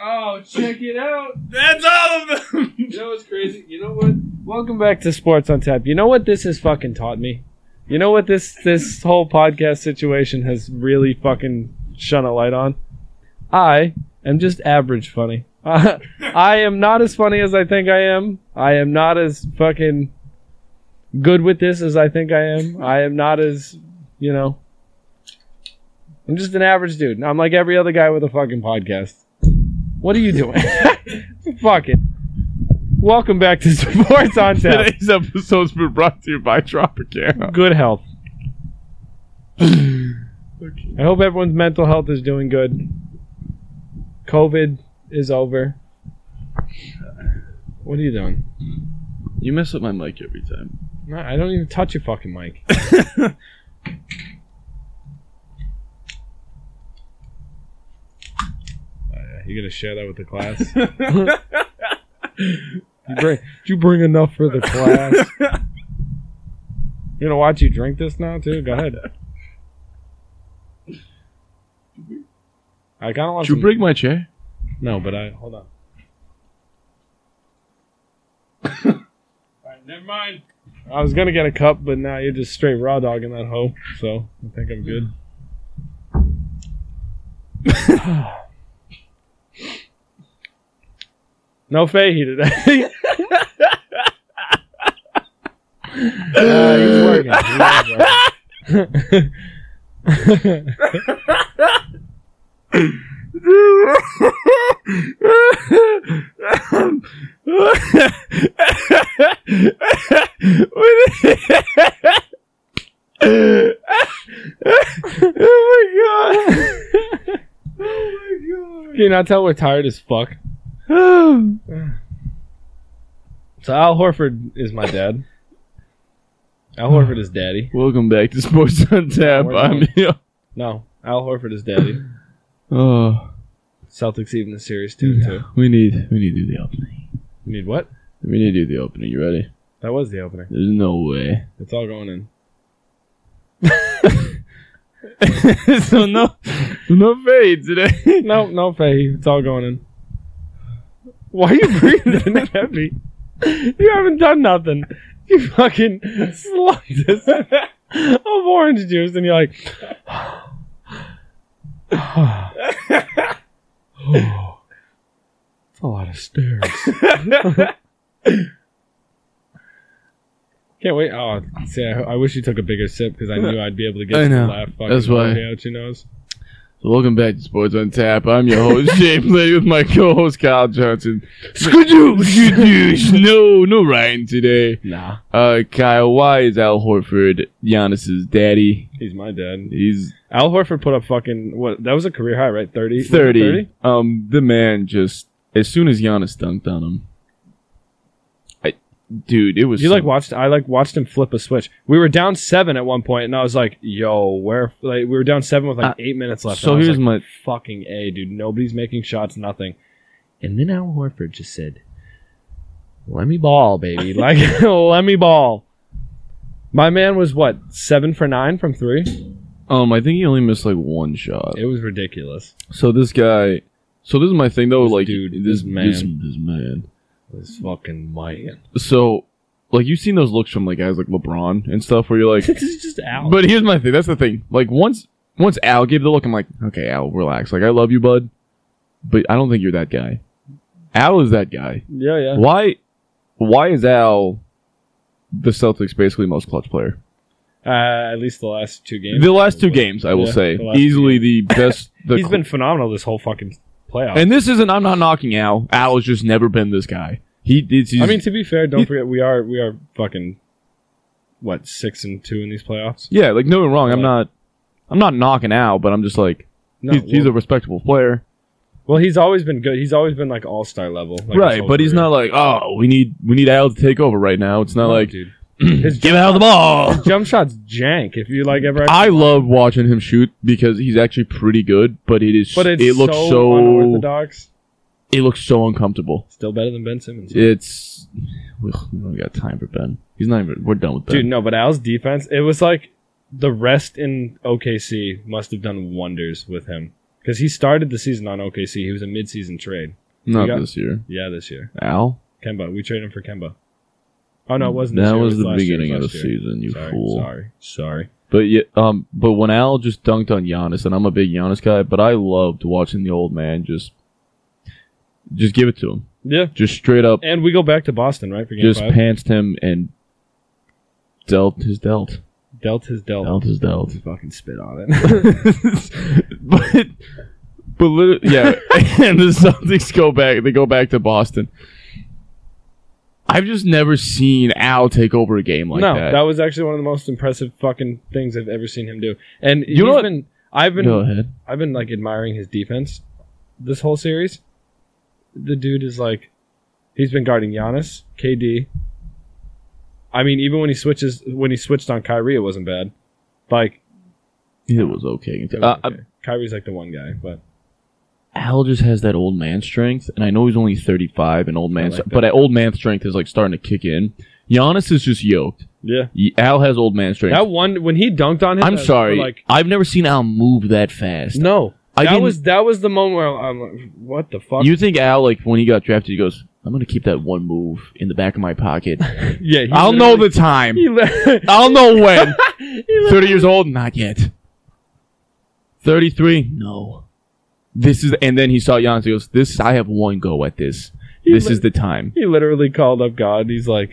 Wow, Oh, check it out. That's all of them. You know what's crazy? You know what? Welcome back to Sports on Tap. You know what this has fucking taught me? You know what this this whole podcast situation has really fucking shone a light on? I am just average funny. I am not as funny as I think I am. I am not as fucking good with this as I think I am. I am not as, you know, I'm just an average dude. I'm like every other guy with a fucking podcast. What are you doing? Fuck it. Welcome back to Sports on Tap. Today's episode's been brought to you by Tropicana. Good health. I hope everyone's mental health is doing good. COVID is over. What are you doing? You mess up my mic every time. No, I don't even touch your fucking mic. Uh, You gonna share that with the class? you bring, did you bring enough for the class? You gonna watch you drink this now too? Go ahead. I kind of want Did you some- break my chair? No, but I hold on. Alright, never mind. I was gonna get a cup, but now you're just straight raw dogging that hoe, so I think I'm good. no Fahey today. Uh, he's working. He's working. Oh oh my god. Can you not tell we're tired as fuck? Oh So Al Horford is my dad. Al Horford is daddy. Welcome back to Sports on Tap. I'm here. No, Al Horford is daddy. Oh, Celtics even the series two two. we need we need to do the opening. You need what? We need to do the opening. You ready? That was the opener. There's no way. It's all going in. so no, no fade today. No, no, Faye. It's all going in. Why are you breathing heavy? You haven't done nothing. You fucking slugged us of orange juice, and you're like, it's a lot of stairs. Can't wait. Oh, see, I, I wish you took a bigger sip because I knew I'd be able to get I you to know. laugh. Fucking That's why. way Out your nose. So welcome back to Sports on Tap. I'm your host James Lady with my co-host Kyle Johnson. Skadoo, skadoo. No, no Ryan today. Nah, Uh, Kyle, why is Al Horford Giannis's daddy? he's my dad. He's Al Horford put up fucking what? That was a career high, right? Thirty. was it 30. Um, the man just as soon as Giannis dunked on him, I, dude, it was You like some- watched? I like watched him flip a switch. We were down seven at one point, and I was like, "Yo, where?" Like we were down seven with like Uh, eight minutes left. so and I was here's like, my- fucking a dude. Nobody's making shots. Nothing. And then Al Horford just said, "Let me ball, baby. Like let me ball." My man was what seven for nine from three. um, I think he only missed like one shot. It was ridiculous. So this guy, so this is my thing though, This like dude, this this man. this, this man. This fucking man. So, like you've seen those looks from like guys like LeBron and stuff, where you're like, this is just Al. but here's my thing. That's the thing. Like once once Al gave the look, I'm like, okay, Al, relax. Like I love you, bud, but I don't think you're that guy. Al is that guy. yeah, yeah. Why why is Al the Celtics basically most clutch player? Uh, at least the last two games. The last two games, I will Yeah, say, the last two easily the best. The He's been phenomenal this whole fucking playoff. and this isn't. I'm not knocking Al. Al has just never been this guy. He, it's, he's, I mean, to be fair, don't he- forget we are we are fucking what six and two in these playoffs. yeah, like no, wrong. I'm Right. not. I'm not knocking Al, but I'm just like No, he's, well, he's a respectable player, well, he's always been good. He's always been like all star level, like, his right? whole But he's career. not like oh, we need we need Al to take over right now. It's not No, like dude. His give Al the ball. jump shots jank. If you like ever, I love watching him shoot because he's actually pretty good, but it is but it's it looks so, so, unorthodox. it looks so uncomfortable. Still better than Ben Simmons. It's we don't got time for Ben. He's not even. We're done with Ben. Dude, no, but Al's defense, it was like the rest in OKC must have done wonders with him. Because he started the season on OKC. He was a midseason trade. Not got- this year. Yeah, this year. Al? Kemba. We traded him for Kemba. Oh no, it wasn't. This That year. It was the last year. It beginning of the last year. season, you sorry, fool. Sorry, sorry. But yeah, um, but when Al just dunked on Giannis, and I'm a big Giannis guy, but I loved watching the old man just, just give it to him, Yeah, just straight up, and we go back to Boston, right? For game just five, pantsed him and dealt his dealt, dealt his dealt. dealt his dealt. Fucking spit on it. but but literally, yeah, and the Celtics go back. They go back to Boston. I've just never seen Al take over a game like no, that. that. was actually one of the most impressive fucking things I've ever seen him do. And You know he's what- been, I've been, go ahead. I've been like admiring his defense this whole series. The dude is like, he's been guarding Giannis, KD. I mean, even when he switches, when he switched on Kyrie, it wasn't bad. Like, It was okay. it was Uh, okay. Kyrie's like the one guy, but Al just has that old man strength, and I know he's only 35, and old man, like that. but that old man strength is like starting to kick in. Giannis is just yoked. yeah, Y- Al has old man strength. that one when he dunked on him. I'm that- sorry, like I've never seen Al move that fast. no, I that didn't- was that was the moment where I'm like, what the fuck? You think Al, like when he got drafted, he goes, "I'm gonna keep that one move in the back of my pocket. yeah, he I'll know literally- the Oh, time. He le- I'll know when. he le- 30 years old, not yet. 33, no. This is, and then he saw Giannis. He goes, "This, I have one go at this. He This li- is the time. he literally called up God. He's like,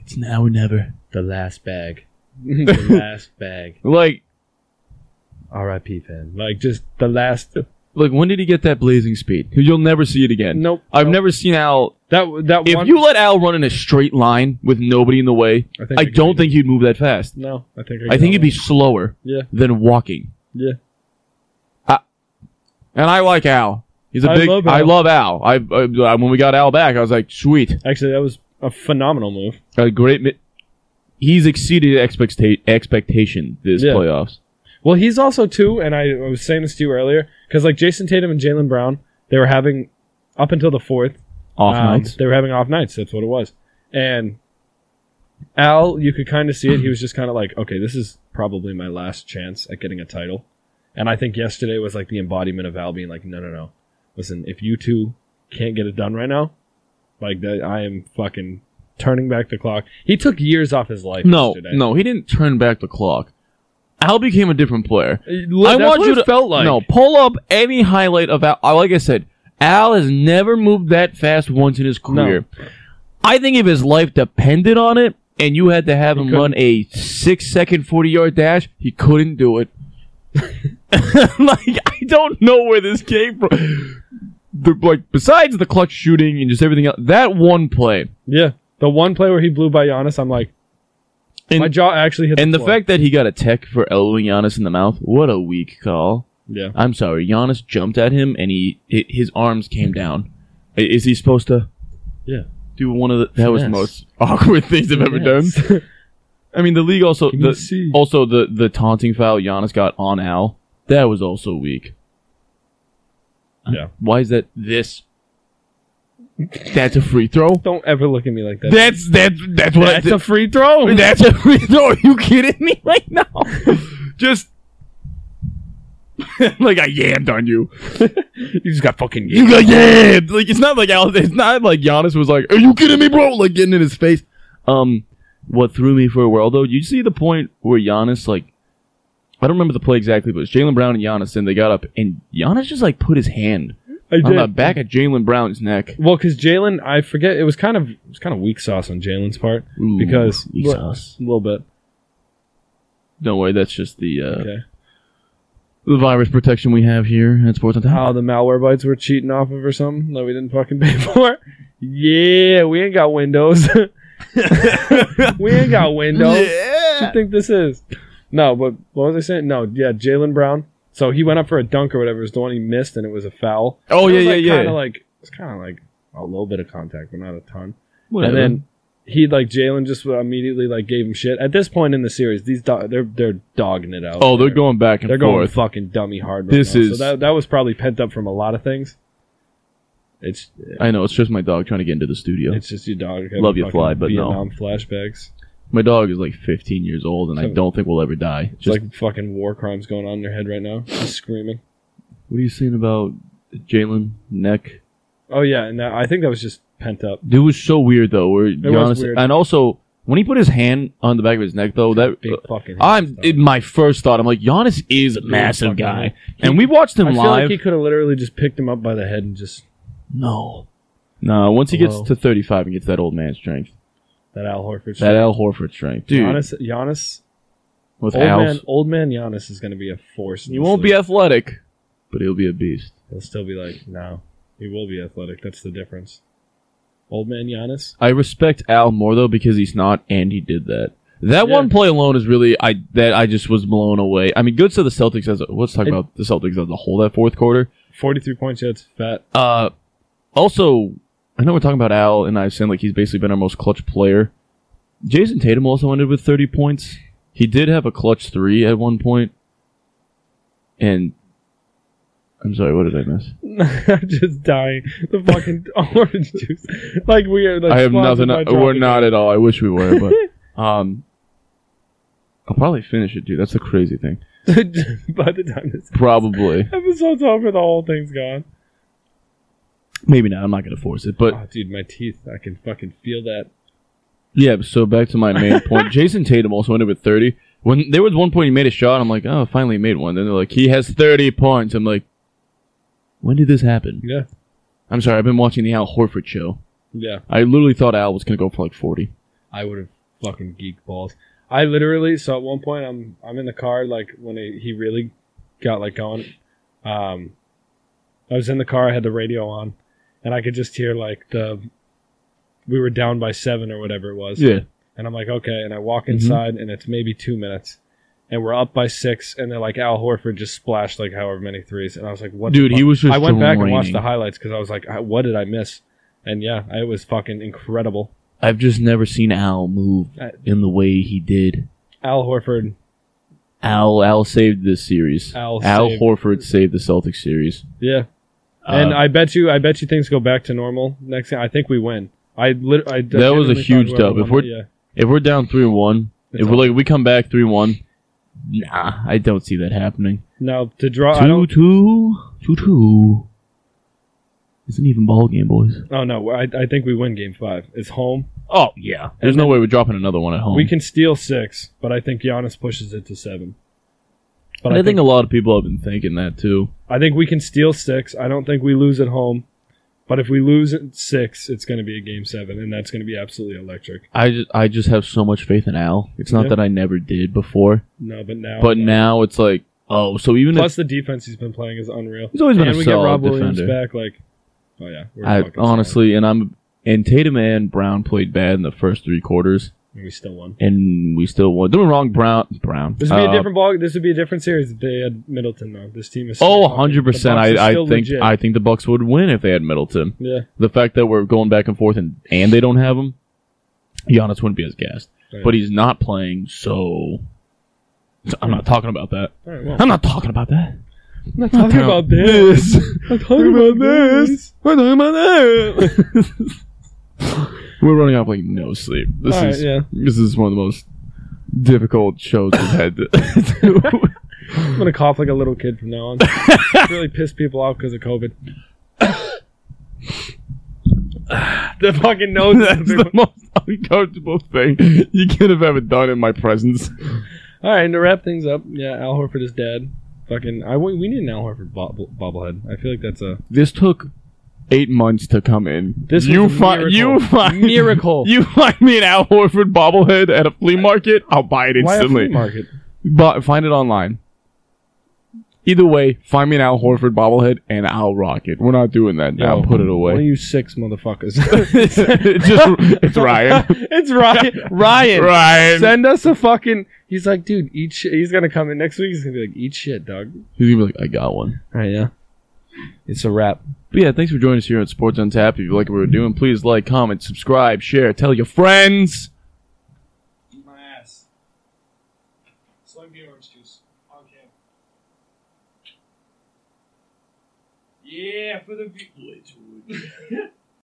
It's now or never." the last bag, the last bag. Like, R.I.P. Fam. Like just the last. Like, when did he get that blazing speed? You'll never see it again. Nope. I've nope. never seen Al. that that If one. you let Al run in a straight line with nobody in the way, think I could don't beat think he'd move that fast. it. No, I think I could think he'd have be slower Yeah. than walking. Yeah. I, and I like Al. He's a I big. love I Al. love Al. I, I when we got Al back, I was like, sweet, won. Actually, that was a phenomenal move. a great. Mi- he's exceeded expecta- expectation this Yeah. playoffs. Well, he's also too, and I, I was saying this to you earlier because like Jason Tatum and Jalen Brown, they were having up until the fourth. Off um, nights. They were having off nights. That's what it was. And Al, you could kind of see it. He was just kind of like, okay, this is probably my last chance at getting a title. And I think yesterday was like the embodiment of Al being like, no, no, no. Listen, if you two can't get it done right now, like that, I am fucking turning back the clock. He took years off his life. No, yesterday. no, he didn't turn back the clock. Al became a different player. I want Uh, what you it to- felt like No, pull up any highlight of Al. uh, Like I said, Al has never moved that fast once in his career. I think if his life depended on it, and you had to have him couldn't. run a six-second forty-yard dash, he couldn't do it. like I don't know where this came from. The, like besides the clutch shooting and just everything else, that one play Yeah, the one play where he blew by Giannis, I'm like, and, my jaw actually hit. and the floor. fact that he got a tech for elbowing Giannis in the mouth, what a weak call. yeah, I'm sorry, Giannis jumped at him and he hi- his arms came down. I- Is he supposed to? Yeah. Do one of the that was the Finesse. most awkward things I've ever done. I mean, the league also Can you the, see? also the the taunting foul Giannis got on Al that was also weak. Yeah. Why is that this? That's a free throw. Don't ever look at me like that. That's that's that's what I That's did. a free throw. Oh, That's a free throw. Are you kidding me right now? Just like I yammed on you. you just got fucking. You got yammed. Like it's not like Al. It's not like Giannis was like, "Are you kidding me, bro?" Like getting in his face. Um, what threw me for a whirl though? You see the point where Giannis like, I don't remember the play exactly, but it's Jalen Brown and Giannis, and they got up, and Giannis just like put his hand I on the did. back of Jalen Brown's neck. Well, because Jalen, I forget it was kind of it was kind of weak sauce on Jalen's part Ooh, because weak Look, sauce. a little bit. Don't worry, that's just the uh, Okay. the virus protection we have here at Sports on Top. How the malware bites were cheating off of or something that we didn't fucking pay for. Yeah, we ain't got Windows. we ain't got Windows. you Yeah. think this is? No, but what was I saying? No, yeah, Jalen Brown. So he went up for a dunk or whatever. It was the one he missed, and it was a foul. Oh It yeah, was, yeah, like, yeah. Kinda like it's kind of like a little bit of contact, but not a ton. And Whatever. then he like Jalen just immediately like gave him shit. At this point in the series, these do- they're they're dogging it out. oh, they're going back and they're going forth. fucking dummy hard. Right This now. is- so that that was probably pent up from a lot of things. It's I know it's just my dog trying to get into the studio. it's just your dog. having Love you, fucking Fly, but no. Vietnam flashbacks. My dog is like 15 years old, and I So- don't think we'll ever die. It's Just like fucking war crimes going on in their head right now. Just screaming. what are you saying about Jalen neck Oh yeah, and that, I think that was just pent up. It was so weird though. Where was Giannis, weird. and also when he put his hand on the back of his neck though, that Big fucking. Uh, I'm head it, my first thought. I'm like Giannis is a Big massive fucking guy, head. and we watched him I feel live. like he could have literally just picked him up by the head and just no, no. Once he gets Hello. to 35 and gets that old man strength, that Al Horford. that Al Horford strength, dude, Giannis, Giannis, with old man, Al, old man Giannis is going to be a force. in he this won't league. be athletic, but he'll be a beast. He'll still be like, no, he will be athletic. That's the difference. Old man Giannis. I respect Al more though because he's not, and he did that. That Yeah. one play alone is really I that I just was blown away. I mean, good to the Celtics as a, let's talk It- about the Celtics as a whole that fourth quarter. 43 points, yeah, it's fat. Uh, also, I know we're talking about Al, and I sound like he's basically been our most clutch player. Jason Tatum also ended with 30 points. He did have a clutch three at one point, and I'm sorry, what did I miss? I'm just dying. The fucking orange juice. Like, we are. Like, I have sponsored nothing. by We're Tropicana. not at all. I wish we were, but um, I'll probably finish it, dude. That's the crazy thing. by the time this Probably, episode's over, the whole thing's gone. maybe not. I'm not gonna force it, but Oh, dude, my teeth. I can fucking feel that. yeah. So back to my main point. Jason Tatum also ended with 30. When there was one point he made a shot, I'm like, oh, finally he made one. Then they're like, he has 30 points. I'm like, when did this happen? Yeah. I'm sorry. I've been watching the Al Horford show. Yeah. I literally thought Al was gonna go for like 40. I would have fucking geek balls. I literally so at one point I'm I'm in the car like when he, he really got like going. Um, I was in the car. I had the radio on, and I could just hear like the we were down by seven or whatever it was. Yeah. Mm-hmm. And I'm like, okay. And I walk inside, and it's maybe two minutes, and we're up by six, and they're like Al Horford just splashed like however many threes, and I was like, what? the Dude, he fuck? was just I went back and watched draining. the highlights because I was like, I- what did I miss? And yeah, it was fucking incredible. I've just never seen Al move I- in the way he did. Al Horford Al Al saved this series. Al saved- Horford saved the Celtics series. Yeah, and Uh, I bet you, I bet you things go back to normal next. Thing, I think we win. I, lit- I That was a genuinely huge thought whoever dub. If won we're- that- yeah, if we're down three one, It's if we're like we come back three one, nah, I don't see that happening. now to draw, Oh, I Two don't. two two two. It's an even ball game, boys. Oh no, I, I think we win game five. It's home. Oh yeah, there's And no way we're dropping another one at home. We can steal six, but I think Giannis pushes it to seven. But And I, I, think think, a lot of people have been thinking that too. I think we can steal six. I don't think we lose at home. But if we lose at six, it's going to be a game seven, and that's going to be absolutely electric. I just I just have so much faith in Al. It's not Yeah. that I never did before, No, but now, but now it's like oh, so even if plus the defense he's been playing is unreal. he's always been And a we get Rob solid Williams defender. back. Like, oh yeah, we're I fucking solid. honestly, and I'm and Tatum and Brown played bad in the first three quarters, and we still won. and we still won. Don't get me wrong, Brown. Brown. This would be a Uh, different ball. This would be a different series if they had Middleton though. This team is Oh, still fucking- 100 percent. the Bucks are I, I still think legit. I think the Bucks would win if they had Middleton. yeah. The fact that we're going back and forth and and they don't have him, Giannis wouldn't be as gassed. Right. But he's not playing, so I'm not talking about that. All right, well, I'm not talking about that. I'm not talking about this. I'm talking about this. We're talking about that. We're running off like no sleep. This All right, is yeah. this is one of the most difficult shows we've had to do. I'm gonna cough like a little kid from now on. It's really piss people off because of COVID. the fucking nose. is the That's big the one. most uncomfortable thing you could have ever done in my presence. All right, and to wrap things up, yeah, Al Horford is dead. Fucking, I we we need an Al Horford bobble, bobblehead. I feel like that's a This took eight months to come in. This you was a find miracle. you find Miracle. You find me an Al Horford bobblehead at a flea market. I'll buy it why a flea instantly. market. Bu- find it online. Either way, find me an Al Horford bobblehead and I'll rock it. We're not doing that now. Yo, Put it One of away. you six motherfuckers. It's just it's Ryan. it's Ryan. Ryan. Ryan. Send us a fucking. He's like, dude, eat shit. He's gonna come in next week. He's gonna be like, eat shit, dog. He's gonna be like, I got one. All right, yeah. It's a wrap. But yeah, thanks for joining us here at Sports on Tap. If you like what we're doing, please like, comment, subscribe, share, tell your friends. Eat my ass. Soybean orange juice. Okay. Yeah, for the people.